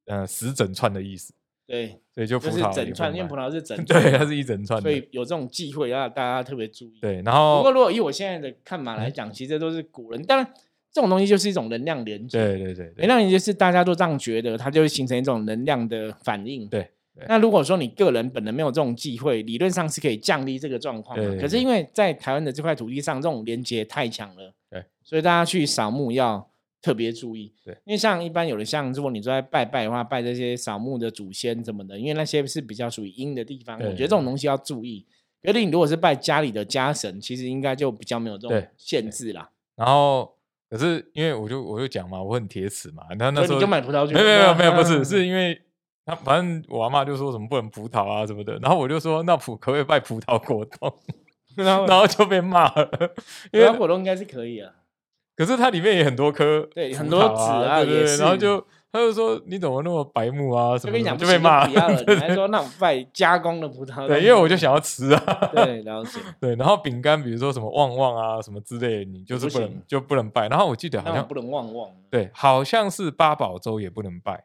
[SPEAKER 2] 呃十整串的意思，
[SPEAKER 1] 对，
[SPEAKER 2] 所以就葡
[SPEAKER 1] 就是
[SPEAKER 2] 萄
[SPEAKER 1] 整
[SPEAKER 2] 也
[SPEAKER 1] 串，
[SPEAKER 2] 会
[SPEAKER 1] 因为葡
[SPEAKER 2] 拜
[SPEAKER 1] 萄是整串
[SPEAKER 2] 对，
[SPEAKER 1] 嘛
[SPEAKER 2] 它是一整串的
[SPEAKER 1] 所，以有这种忌讳，要大家特别注意。，
[SPEAKER 2] 对，然
[SPEAKER 1] 不过
[SPEAKER 2] 后
[SPEAKER 1] 如果以我现在的看法来讲，其实这都是古人，当然这种东西就是一种能量连接，
[SPEAKER 2] 对对对对
[SPEAKER 1] 能。量连接是大家都这样觉得，它就会形成一种能量的反应。
[SPEAKER 2] 对对
[SPEAKER 1] 那如果说你个人本人没有这种忌讳，理论上是可以降低这个状况的。
[SPEAKER 2] 对
[SPEAKER 1] 可是因为在台湾的这块土地上，这种连接太强了，
[SPEAKER 2] 对，
[SPEAKER 1] 所以大家去扫墓要特别注意。
[SPEAKER 2] 对，
[SPEAKER 1] 因为像一般有的像，如果你都在拜拜的话，拜这些扫墓的祖先什么的，因为那些是比较属于阴的地方，我
[SPEAKER 2] 对
[SPEAKER 1] 觉得这种东西要注意。可是你如果是拜家里的家神，其实应该就比较没有这种
[SPEAKER 2] 对
[SPEAKER 1] 限制啦。
[SPEAKER 2] 然后可是因为我就我就讲嘛，我很铁齿嘛，然后那
[SPEAKER 1] 所
[SPEAKER 2] 时
[SPEAKER 1] 以
[SPEAKER 2] 候
[SPEAKER 1] 你就买葡萄酒？
[SPEAKER 2] 没有没有 没有不是，
[SPEAKER 1] 嗯
[SPEAKER 2] 是因为他反正我阿妈就说什么不能葡萄啊什么的，然后我就说那葡可不可以拜葡萄果冻，
[SPEAKER 1] 然后
[SPEAKER 2] 然后就被骂了，
[SPEAKER 1] 葡
[SPEAKER 2] 因
[SPEAKER 1] 萄
[SPEAKER 2] 为
[SPEAKER 1] 果冻应该是可以啊。
[SPEAKER 2] 可是它里面也很多颗、
[SPEAKER 1] 对很多籽啊
[SPEAKER 2] 啊，对
[SPEAKER 1] 也
[SPEAKER 2] 对对，然后
[SPEAKER 1] 是
[SPEAKER 2] 就他就说你怎么那么白目啊什
[SPEAKER 1] 就
[SPEAKER 2] 么
[SPEAKER 1] 跟你
[SPEAKER 2] 的，
[SPEAKER 1] 讲
[SPEAKER 2] 就
[SPEAKER 1] 不
[SPEAKER 2] 被
[SPEAKER 1] 行
[SPEAKER 2] 骂
[SPEAKER 1] 就不要 了，
[SPEAKER 2] 了，
[SPEAKER 1] 你还说那我拜加工的葡萄，
[SPEAKER 2] 对，因为我就想要吃啊，
[SPEAKER 1] 对了解，
[SPEAKER 2] 对，然后饼干比如说什么旺旺啊什么之类的，你就是
[SPEAKER 1] 不
[SPEAKER 2] 不能
[SPEAKER 1] 行
[SPEAKER 2] 就不能拜，然后我记得好
[SPEAKER 1] 那我
[SPEAKER 2] 像
[SPEAKER 1] 不能旺旺。
[SPEAKER 2] 对，好像是八宝粥也不能拜，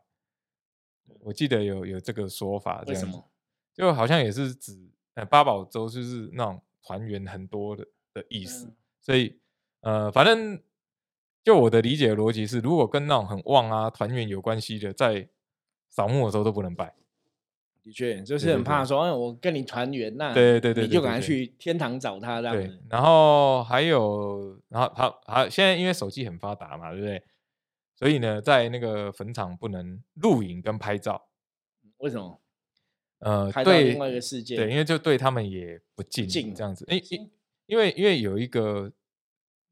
[SPEAKER 2] 我记得有有这个说法，这
[SPEAKER 1] 为
[SPEAKER 2] 样
[SPEAKER 1] 什
[SPEAKER 2] 子
[SPEAKER 1] 么？
[SPEAKER 2] 就好像也是指呃八宝粥就是那种团圆很多的的意思，
[SPEAKER 1] 嗯
[SPEAKER 2] 所以呃，反正就我的理解的逻辑是，如果跟那种很旺啊团圆有关系的，在扫墓的时候都不能拜，
[SPEAKER 1] 的确，嗯就
[SPEAKER 2] 对
[SPEAKER 1] 是
[SPEAKER 2] 对
[SPEAKER 1] 很怕
[SPEAKER 2] 对
[SPEAKER 1] 说，哎，我跟你团圆，那
[SPEAKER 2] 对对对
[SPEAKER 1] 你
[SPEAKER 2] 对
[SPEAKER 1] 就
[SPEAKER 2] 对
[SPEAKER 1] 赶快
[SPEAKER 2] 对
[SPEAKER 1] 去天堂找他这样
[SPEAKER 2] 对
[SPEAKER 1] 子。，
[SPEAKER 2] 然后还有，然后好好，现在因为手机很发达嘛，对不对？所以呢，在那个坟场不能录影跟拍照，
[SPEAKER 1] 为什么？
[SPEAKER 2] 呃，
[SPEAKER 1] 拍到
[SPEAKER 2] 对
[SPEAKER 1] 另外一个世界，
[SPEAKER 2] 对，因为就对他们也不敬
[SPEAKER 1] 敬
[SPEAKER 2] 这样子。因
[SPEAKER 1] 是
[SPEAKER 2] 因因为因为有一个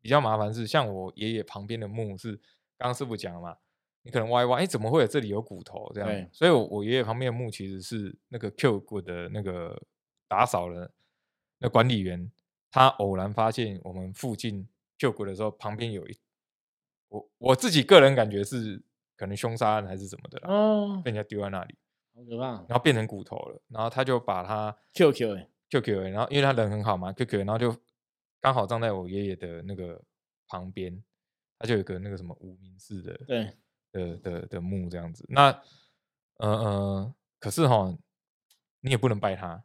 [SPEAKER 2] 比较麻烦是，像我爷爷旁边的墓是刚刚师傅讲了嘛，你可能歪歪，哎，怎么会有这里有骨头这
[SPEAKER 1] 对
[SPEAKER 2] 样？所以我我爷爷旁边的墓其实是那个 Q 骨的那个打扫的那管理员，他偶然发现我们附近 Q 骨的时候，旁边有一我我自己个人感觉是可能凶杀案还是怎么的啦，
[SPEAKER 1] 哦，
[SPEAKER 2] 被人家丢在那里，
[SPEAKER 1] 好可怕
[SPEAKER 2] 然后变成骨头了，然后他就把它。
[SPEAKER 1] ！QQ 哎，
[SPEAKER 2] QQ，然后因为他人很好嘛，QQ，然后就刚好站在我爷爷的那个旁边，他就有个那个什么无名氏的
[SPEAKER 1] 对，
[SPEAKER 2] 的的的墓这样子。那呃呃，可是哈，你也不能拜他，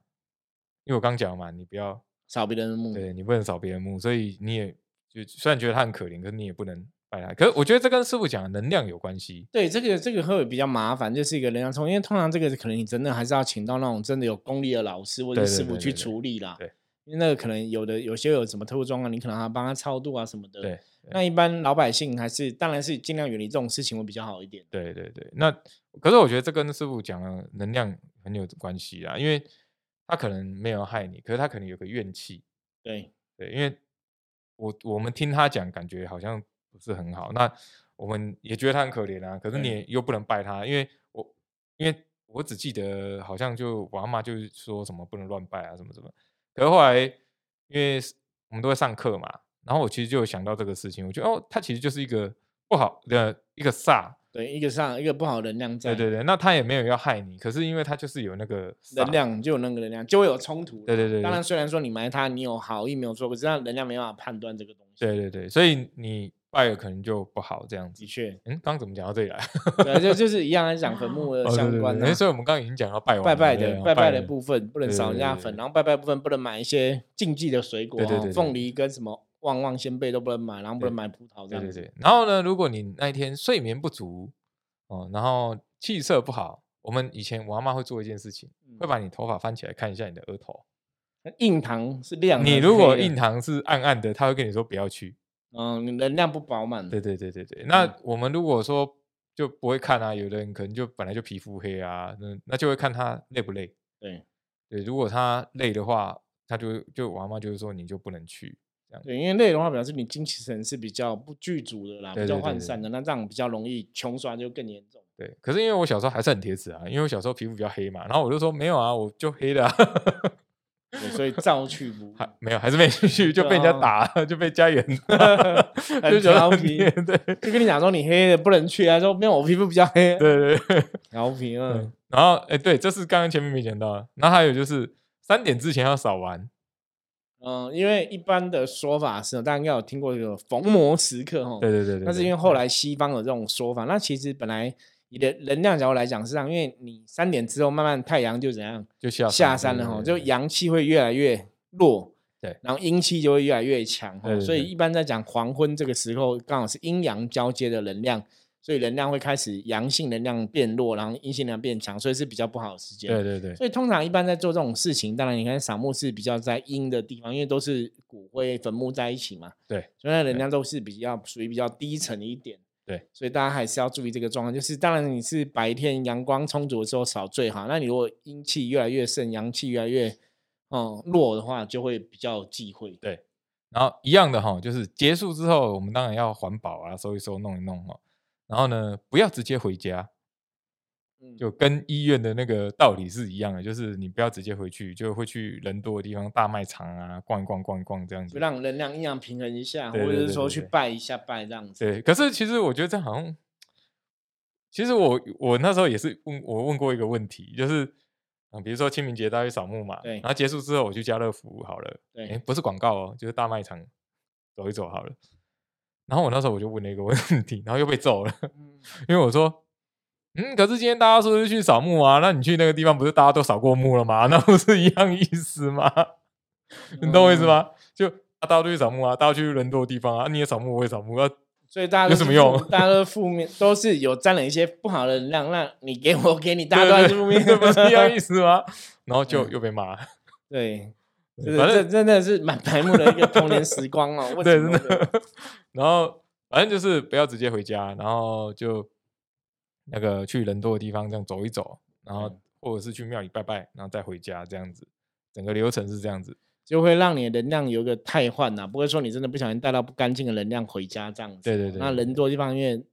[SPEAKER 2] 因为我刚讲了嘛，你不要
[SPEAKER 1] 扫别人的墓，
[SPEAKER 2] 对你不能扫别人墓，所以你也就虽然觉得他很可怜，可是你也不能拜他。可是我觉得这跟师傅讲的能量有关系，
[SPEAKER 1] 对，这个这个会比较麻烦，就是一个能量冲，因为通常这个可能你真的还是要请到那种真的有功力的老师或者
[SPEAKER 2] 对
[SPEAKER 1] 师
[SPEAKER 2] 对
[SPEAKER 1] 傅
[SPEAKER 2] 对
[SPEAKER 1] 去
[SPEAKER 2] 对对
[SPEAKER 1] 处理啦。
[SPEAKER 2] 对
[SPEAKER 1] 因为那个可能有的有些有什么特殊状况，你可能还要帮他超度啊什么的。
[SPEAKER 2] 对，
[SPEAKER 1] 那一般老百姓还是当然是尽量远离这种事情会比较好一点。
[SPEAKER 2] 对对对，那可是我觉得这跟师傅讲的能量很有关系啊，因为他可能没有害你，可是他可能有个怨气，
[SPEAKER 1] 对，
[SPEAKER 2] 对，因为我我们听他讲，感觉好像不是很好，那我们也觉得他很可怜啊，可是你
[SPEAKER 1] 对
[SPEAKER 2] 也又不能拜他，因为我因为我只记得好像就我阿妈就是说什么不能乱拜啊，什么什么，可是后来因为是我们都会上课嘛，然后我其实就有想到这个事情，我觉得哦，它其实就是一个不好的一个煞，
[SPEAKER 1] 对，一个上一个不好的能量在，
[SPEAKER 2] 对对对，那他也没有要害你，可是因为他就是有那个煞
[SPEAKER 1] 能，量就有那个能量，就会有冲突。
[SPEAKER 2] 对对对，对
[SPEAKER 1] 当然，虽然说你埋它，你有好意没有错，可是它能量没办法判断这个东西。
[SPEAKER 2] 对对对，所以你拜了可能就不好这样子
[SPEAKER 1] 的。确，
[SPEAKER 2] 嗯，刚刚怎么讲到这里来？
[SPEAKER 1] 对，就就是一样在讲坟墓的
[SPEAKER 2] 哦，
[SPEAKER 1] 相
[SPEAKER 2] 对
[SPEAKER 1] 关
[SPEAKER 2] 对
[SPEAKER 1] 的、
[SPEAKER 2] 对，所以我们刚刚已经讲到拜完
[SPEAKER 1] 拜
[SPEAKER 2] 了
[SPEAKER 1] 拜
[SPEAKER 2] 对
[SPEAKER 1] 的
[SPEAKER 2] 啊
[SPEAKER 1] 拜拜
[SPEAKER 2] 拜
[SPEAKER 1] 的
[SPEAKER 2] 了
[SPEAKER 1] 部分不能少人家
[SPEAKER 2] 对对对
[SPEAKER 1] 粉，
[SPEAKER 2] 对
[SPEAKER 1] 然后拜拜部分不能买一些禁忌的水果，
[SPEAKER 2] 对对对
[SPEAKER 1] 哦
[SPEAKER 2] 对
[SPEAKER 1] 凤梨跟什么旺旺仙贝都不能买，然后不能买葡萄这
[SPEAKER 2] 对
[SPEAKER 1] 样
[SPEAKER 2] 对
[SPEAKER 1] 子。
[SPEAKER 2] 对。然后呢，如果你那一天睡眠不足，哦，然后气色不好，我们以前我阿妈会做一件事情，
[SPEAKER 1] 嗯
[SPEAKER 2] 会把你头发翻起来看一下你的额头。
[SPEAKER 1] 那硬糖是亮的，
[SPEAKER 2] 你如果
[SPEAKER 1] 黑的
[SPEAKER 2] 印，堂是暗暗的，他会跟你说不要去。
[SPEAKER 1] 嗯，你能量不饱满，
[SPEAKER 2] 对对对对对。
[SPEAKER 1] 嗯
[SPEAKER 2] 那我们如果说就不会看啊，有的人可能就本来就皮肤黑啊，那那就会看他累不累。
[SPEAKER 1] 对
[SPEAKER 2] 对，如果他累的话，他就就我阿妈就是说你就不能去。
[SPEAKER 1] 对，因为累的话表示你精气神是比较不具足的啦，
[SPEAKER 2] 对
[SPEAKER 1] 比较
[SPEAKER 2] 对对
[SPEAKER 1] 涣
[SPEAKER 2] 对
[SPEAKER 1] 散的，那这样比较容易穷酸就更严 重。
[SPEAKER 2] 对，可是因为我小时候还是很铁齿啊，因为我小时候皮肤比较黑嘛，然后我就说没有啊，我就黑的、啊。
[SPEAKER 1] 对所以照去不误
[SPEAKER 2] 还没有，还是没 进去，就被人家打，就被家人打，
[SPEAKER 1] 啊很
[SPEAKER 2] 就觉
[SPEAKER 1] 调
[SPEAKER 2] 得很
[SPEAKER 1] 皮
[SPEAKER 2] 黏对对
[SPEAKER 1] 就跟你讲说你黑的不能去啊，说没有我皮肤比较黑，
[SPEAKER 2] 对对。
[SPEAKER 1] 调皮嗯
[SPEAKER 2] 嗯，然后，哎，对，这是刚刚前面没讲到的。然后还有就是三点之前要扫完，
[SPEAKER 1] 嗯，因为一般的说法是，哦大家应该有听过这个逢魔时刻哈，
[SPEAKER 2] 对对对对。
[SPEAKER 1] 但是
[SPEAKER 2] 对
[SPEAKER 1] 因为后来西方有这种说法，那其实本来你的能量角度来讲是这样，因为你三点之后慢慢太阳就怎样
[SPEAKER 2] 就下
[SPEAKER 1] 下山了哈，
[SPEAKER 2] 对
[SPEAKER 1] 就
[SPEAKER 2] 对对
[SPEAKER 1] 阳气会越来越弱，
[SPEAKER 2] 对
[SPEAKER 1] 然后阴气就会越来越强
[SPEAKER 2] 对
[SPEAKER 1] 哈，
[SPEAKER 2] 对
[SPEAKER 1] 所以
[SPEAKER 2] 对
[SPEAKER 1] 一般在讲黄昏这个时候，刚好是阴阳交接的能量，所以能量会开始阳性能量变弱，然后阴性能量变强，所以是比较不好的时间。
[SPEAKER 2] 对对对
[SPEAKER 1] 所以通常一般在做这种事情，当然你看扫墓是比较在阴的地方，因为都是骨灰坟墓在一起嘛，
[SPEAKER 2] 对
[SPEAKER 1] 所以那人家都是比较属于比较低层一点。
[SPEAKER 2] 对，
[SPEAKER 1] 所以大家还是要注意这个状况，就是当然你是白天阳光充足的时候扫最好，那你如果阴气越来越盛，阳气越来越嗯弱的话，就会比较忌讳。
[SPEAKER 2] 对。然后一样的哈，就是结束之后，我们当然要环保啊，收一收，弄一弄哈。然后呢，不要直接回家，
[SPEAKER 1] 嗯，
[SPEAKER 2] 就跟医院的那个道理是一样的，就是你不要直接回去，就会去人多的地方，大卖场啊，逛一逛，逛一逛这样子
[SPEAKER 1] 就。让能量阴阳平衡一下，
[SPEAKER 2] 对对
[SPEAKER 1] 或者
[SPEAKER 2] 对
[SPEAKER 1] 是说
[SPEAKER 2] 对
[SPEAKER 1] 去
[SPEAKER 2] 对
[SPEAKER 1] 拜一下拜这样子。
[SPEAKER 2] 对，可是其实我觉得这好像，其实我我那时候也是问我问过一个问题，就是啊、比如说清明节大家去扫墓嘛，
[SPEAKER 1] 对
[SPEAKER 2] 然后结束之后我去家乐福好了，
[SPEAKER 1] 对
[SPEAKER 2] 诶不是广告哦，就是大卖场走一走好了。然后我那时候我就问了一个问 题，然后又被揍了，
[SPEAKER 1] 嗯
[SPEAKER 2] 因为我说，嗯，可是今天大家说是去扫墓啊，那你去那个地方不是大家都扫过墓了吗？那 不是一样意思吗？你懂我意
[SPEAKER 1] 嗯
[SPEAKER 2] 思吗？就大家都去扫墓啊，大家去人多的地方啊，你也扫墓，我也扫墓，啊，
[SPEAKER 1] 所以大家
[SPEAKER 2] 有
[SPEAKER 1] 都
[SPEAKER 2] 什么
[SPEAKER 1] 是负
[SPEAKER 2] 用
[SPEAKER 1] 大家都负面，都是有沾了一些不好的能量。那你给我，给你，大家
[SPEAKER 2] 对
[SPEAKER 1] 都还
[SPEAKER 2] 对
[SPEAKER 1] 是负面，
[SPEAKER 2] 这不是一样意思吗？ 然后就
[SPEAKER 1] 嗯
[SPEAKER 2] 又被骂，
[SPEAKER 1] 对，这
[SPEAKER 2] 对反
[SPEAKER 1] 这
[SPEAKER 2] 正
[SPEAKER 1] 真的是蛮白目的一个童年时光 哦。为
[SPEAKER 2] 对，
[SPEAKER 1] 什
[SPEAKER 2] 真
[SPEAKER 1] 么会
[SPEAKER 2] 的。然后反正就是不要直接回家，然后就那个去人多的地方这样走一走，然后
[SPEAKER 1] 嗯
[SPEAKER 2] 或者是去庙里拜拜，然后再回家这样子。整个流程是这样子，
[SPEAKER 1] 就会让你的能量有一个汰换呐、不会说你真的不小心带到不干净的能量回家这样子。哦
[SPEAKER 2] 对对对
[SPEAKER 1] 那人多的地方，因为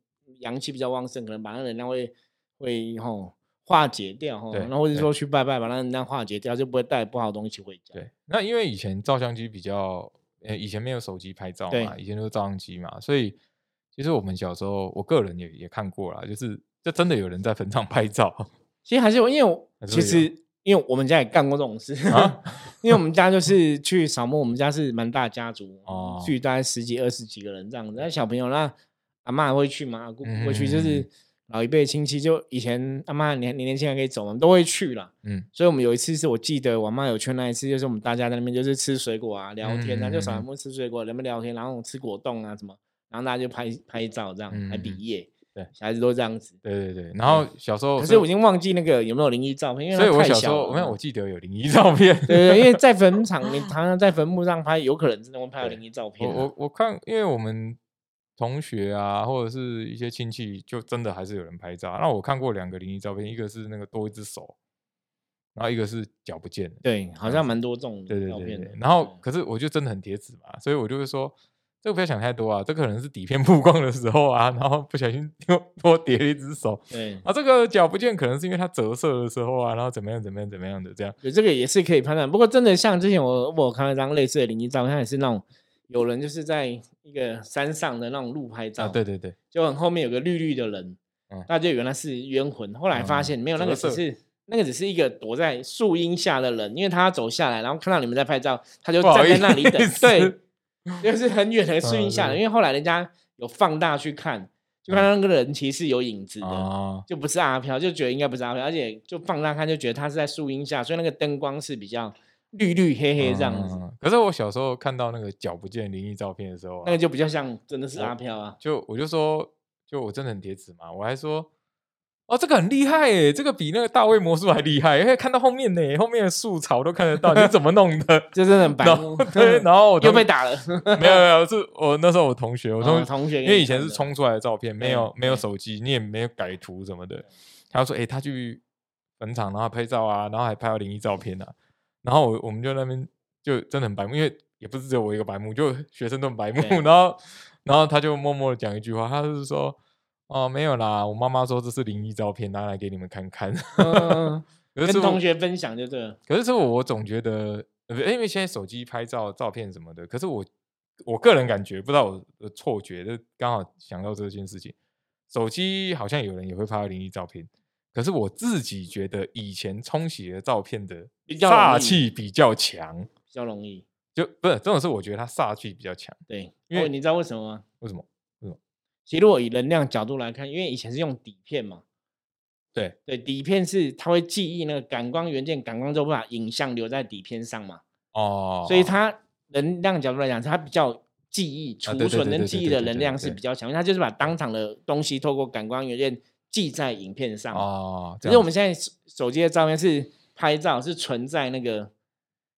[SPEAKER 1] 阳气比较旺盛，可能把那能量会会吼、化解掉吼、
[SPEAKER 2] 对
[SPEAKER 1] 那或者
[SPEAKER 2] 对
[SPEAKER 1] 说去拜拜，把那能量化解掉，就不会带不好的东西回家。
[SPEAKER 2] 对，那因为以前照相机比较，呃，以前没有手机拍照嘛，
[SPEAKER 1] 对
[SPEAKER 2] 以前都是照相机嘛，所以其实我们小时候，我个人也也看过啦，就是这真的有人在坟场拍照
[SPEAKER 1] 其实还是有，因为我
[SPEAKER 2] 还是
[SPEAKER 1] 其
[SPEAKER 2] 会有
[SPEAKER 1] 实因为我们家也干过这种事，
[SPEAKER 2] 啊
[SPEAKER 1] 因为我们家就是去扫墓，我们家是蛮大家族，
[SPEAKER 2] 哦
[SPEAKER 1] 去大概十几二十几个人这样子。那小朋友，那阿妈会去吗？阿姑不会去，就
[SPEAKER 2] 嗯嗯
[SPEAKER 1] 是老一辈亲戚，就以前阿妈年年轻还可以走嘛，都会去啦。
[SPEAKER 2] 嗯，
[SPEAKER 1] 所以我们有一次是我记得我妈有去那一次，就是我们大家在那边就是吃水果啊、聊天啊，
[SPEAKER 2] 嗯嗯
[SPEAKER 1] 就
[SPEAKER 2] 嗯
[SPEAKER 1] 扫
[SPEAKER 2] 嗯
[SPEAKER 1] 墓吃水果，人们聊天，然后吃果冻啊什么，然后大家就拍拍照这样，还比
[SPEAKER 2] 嗯嗯嗯
[SPEAKER 1] 耶。
[SPEAKER 2] 对
[SPEAKER 1] 小孩子都这样子。
[SPEAKER 2] 对对对。然后小时候，
[SPEAKER 1] 嗯可是我已经忘记那个有没有灵异照片，因为
[SPEAKER 2] 所以
[SPEAKER 1] 它
[SPEAKER 2] 我
[SPEAKER 1] 太
[SPEAKER 2] 小时候，
[SPEAKER 1] 了
[SPEAKER 2] 没有，我记得有灵异照片。
[SPEAKER 1] 对对，因为在坟场，你常常在坟墓上拍，有可能真的会拍到灵异照片
[SPEAKER 2] 我
[SPEAKER 1] 啊、
[SPEAKER 2] 我我看，因为我们同学啊，或者是一些亲戚，就真的还是有人拍照。那我看过两个灵异照片，一个是那个多一只手，然后一个是脚不见了。
[SPEAKER 1] 对，好像蛮多这种
[SPEAKER 2] 对对
[SPEAKER 1] 照
[SPEAKER 2] 对
[SPEAKER 1] 片的
[SPEAKER 2] 对。然后，可是我就真的很铁齿嘛，所以我就会说，这个不要想太多啊，这可能是底片曝光的时候啊，然后不小心又多叠了一只手
[SPEAKER 1] 对，
[SPEAKER 2] 啊，这个脚不见可能是因为它折射的时候啊，然后怎么样怎么样怎么样的这样，啊
[SPEAKER 1] 对，这个也是可以判断。不过真的像之前我我有看到一张类似的灵异照，像也是那种有人就是在一个山上的那种路拍照，
[SPEAKER 2] 啊，对，对对，
[SPEAKER 1] 就很后面有个绿绿的人，
[SPEAKER 2] 嗯
[SPEAKER 1] 大家就以为那是冤魂，后来发现没有，
[SPEAKER 2] 嗯
[SPEAKER 1] 那个
[SPEAKER 2] 折
[SPEAKER 1] 只
[SPEAKER 2] 射
[SPEAKER 1] 是。那个只是一个躲在树荫下的人，因为他走下来，然后看到你们在拍照，他就
[SPEAKER 2] 不好
[SPEAKER 1] 站
[SPEAKER 2] 意
[SPEAKER 1] 在
[SPEAKER 2] 思，
[SPEAKER 1] 那里等。 对，就是很远的树荫下的，
[SPEAKER 2] 嗯
[SPEAKER 1] 因为后来人家有放大去看，就看到那个人其实是有影子的，
[SPEAKER 2] 啊，
[SPEAKER 1] 就不是阿飘，就觉得应该不是阿飘，而且就放大看就觉得他是在树荫下，所以那个灯光是比较绿绿黑黑这样子，
[SPEAKER 2] 嗯。可是我小时候看到那个脚不见的灵异照片的时候、啊，
[SPEAKER 1] 那个就比较像真的是阿飘啊。？
[SPEAKER 2] 就我就说，就我真的很叠纸嘛，我还说，哦，这个很厉害耶，这个比那个大卫魔术还厉害，因为看到后面呢，后面的树草都看得到，你怎么弄的
[SPEAKER 1] 这真的很白
[SPEAKER 2] 然
[SPEAKER 1] 目
[SPEAKER 2] 后，对，然后我
[SPEAKER 1] 又
[SPEAKER 2] 同
[SPEAKER 1] 被打了。
[SPEAKER 2] 没有没有，是我那时候我同学，我同、
[SPEAKER 1] 哦同学给你看的，
[SPEAKER 2] 因为以前是冲出来的照片，没有
[SPEAKER 1] 对
[SPEAKER 2] 没有
[SPEAKER 1] 对
[SPEAKER 2] 手机，你也没有改图什么的。他说：“哎、他去坟场，然后拍照啊，然后还拍到灵异照片啊。”然后我我们就在那边就真的很白目，因为也不是只有我一个白目，就学生都很白目
[SPEAKER 1] 对。
[SPEAKER 2] 然后然后他就默默的讲一句话，他就是说：“哦，没有啦，我妈妈说这是灵异照片，拿来给你们看看。
[SPEAKER 1] 嗯，
[SPEAKER 2] 可
[SPEAKER 1] 跟
[SPEAKER 2] 是是我
[SPEAKER 1] 同学分享就对了。
[SPEAKER 2] 可是是我总觉得，呃，因为现在手机拍照、照片什么的，可是我我个人感觉，不知道我的错觉，就刚好想到这件事情。手机好像有人也会拍灵异照片，可是我自己觉得以前冲洗的照片的
[SPEAKER 1] 比较容易
[SPEAKER 2] 煞气比较强，
[SPEAKER 1] 比较容易。
[SPEAKER 2] 就不是这种是我觉得它煞气比较强，
[SPEAKER 1] 对，
[SPEAKER 2] 因
[SPEAKER 1] 因
[SPEAKER 2] 为
[SPEAKER 1] 为你知道为什么吗？
[SPEAKER 2] 为什么？
[SPEAKER 1] 其实如果以能量角度来看，因为以前是用底片嘛，
[SPEAKER 2] 对
[SPEAKER 1] 对，底片是它会记忆那个感光元件，感光之后会把影像留在底片上嘛，
[SPEAKER 2] 哦，
[SPEAKER 1] 所以它能量角度来讲，它比较记忆储
[SPEAKER 2] 啊对对
[SPEAKER 1] 存
[SPEAKER 2] 对
[SPEAKER 1] 跟
[SPEAKER 2] 对
[SPEAKER 1] 记
[SPEAKER 2] 对
[SPEAKER 1] 忆
[SPEAKER 2] 对
[SPEAKER 1] 的
[SPEAKER 2] 对
[SPEAKER 1] 能
[SPEAKER 2] 对
[SPEAKER 1] 量是
[SPEAKER 2] 对
[SPEAKER 1] 比较强，因为它就是把当场的东西透过感光元件记在影片上。
[SPEAKER 2] 哦，
[SPEAKER 1] 可
[SPEAKER 2] 这
[SPEAKER 1] 是
[SPEAKER 2] 样
[SPEAKER 1] 我们现在手手机的照片是拍照是存在那个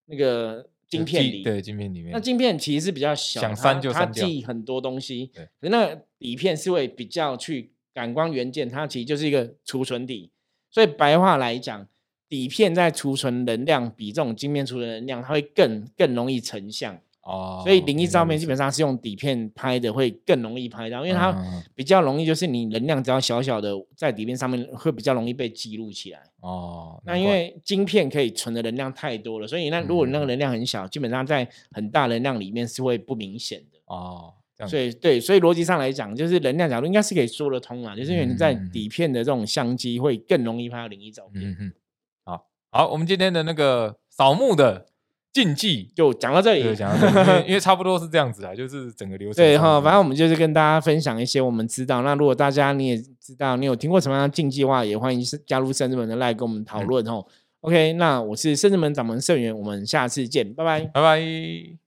[SPEAKER 1] 那个
[SPEAKER 2] 就
[SPEAKER 1] 晶片
[SPEAKER 2] 记
[SPEAKER 1] 里，
[SPEAKER 2] 对镜片里面，
[SPEAKER 1] 那镜片其实是比较小，
[SPEAKER 2] 想
[SPEAKER 1] 它
[SPEAKER 2] 删就
[SPEAKER 1] 它
[SPEAKER 2] 删掉
[SPEAKER 1] 记很多东西。
[SPEAKER 2] 对
[SPEAKER 1] 可是那个底片是会比较去感光元件，它其实就是一个储存底。所以白话来讲，底片在储存能量比这种镜片储存能量，它会更更容易成像。
[SPEAKER 2] 哦，
[SPEAKER 1] 所以灵异
[SPEAKER 2] 原来
[SPEAKER 1] 照
[SPEAKER 2] 如
[SPEAKER 1] 片
[SPEAKER 2] 此
[SPEAKER 1] 基本上是用底片拍的，会更容易拍到，因为
[SPEAKER 2] 嗯嗯
[SPEAKER 1] 它
[SPEAKER 2] 嗯
[SPEAKER 1] 比较容易，就是你能量只要小小的在底片上面，会比较容易被记录起来。
[SPEAKER 2] 哦，
[SPEAKER 1] 那
[SPEAKER 2] 难
[SPEAKER 1] 因
[SPEAKER 2] 怪嗯
[SPEAKER 1] 为晶片可以存的能量太多了，所以那如果你那个能量很小，基本上在很大能量里面是会不明显的。
[SPEAKER 2] 哦，这样
[SPEAKER 1] 所以对，所以逻辑上来讲，就是能量角度应该是可以说得通啊，就是因为你在
[SPEAKER 2] 嗯
[SPEAKER 1] 底片的这种相机会更容易拍到灵异照片。
[SPEAKER 2] 嗯哼，好好，我们今天的那个扫墓的禁忌
[SPEAKER 1] 就讲到这
[SPEAKER 2] 就
[SPEAKER 1] 里，
[SPEAKER 2] 讲到 这里，因为因为差不多是这样子啊，就是整个流程
[SPEAKER 1] 对
[SPEAKER 2] 上
[SPEAKER 1] 哈，
[SPEAKER 2] 面
[SPEAKER 1] 反正我们就是跟大家分享一些我们知道。那如果大家你也知道，你有听过什么样的禁忌的话，也欢迎是加入圣智门的 line 跟我们讨论哦。OK，那我是圣智门掌门圣元，我们下次见，拜拜。
[SPEAKER 2] 拜拜。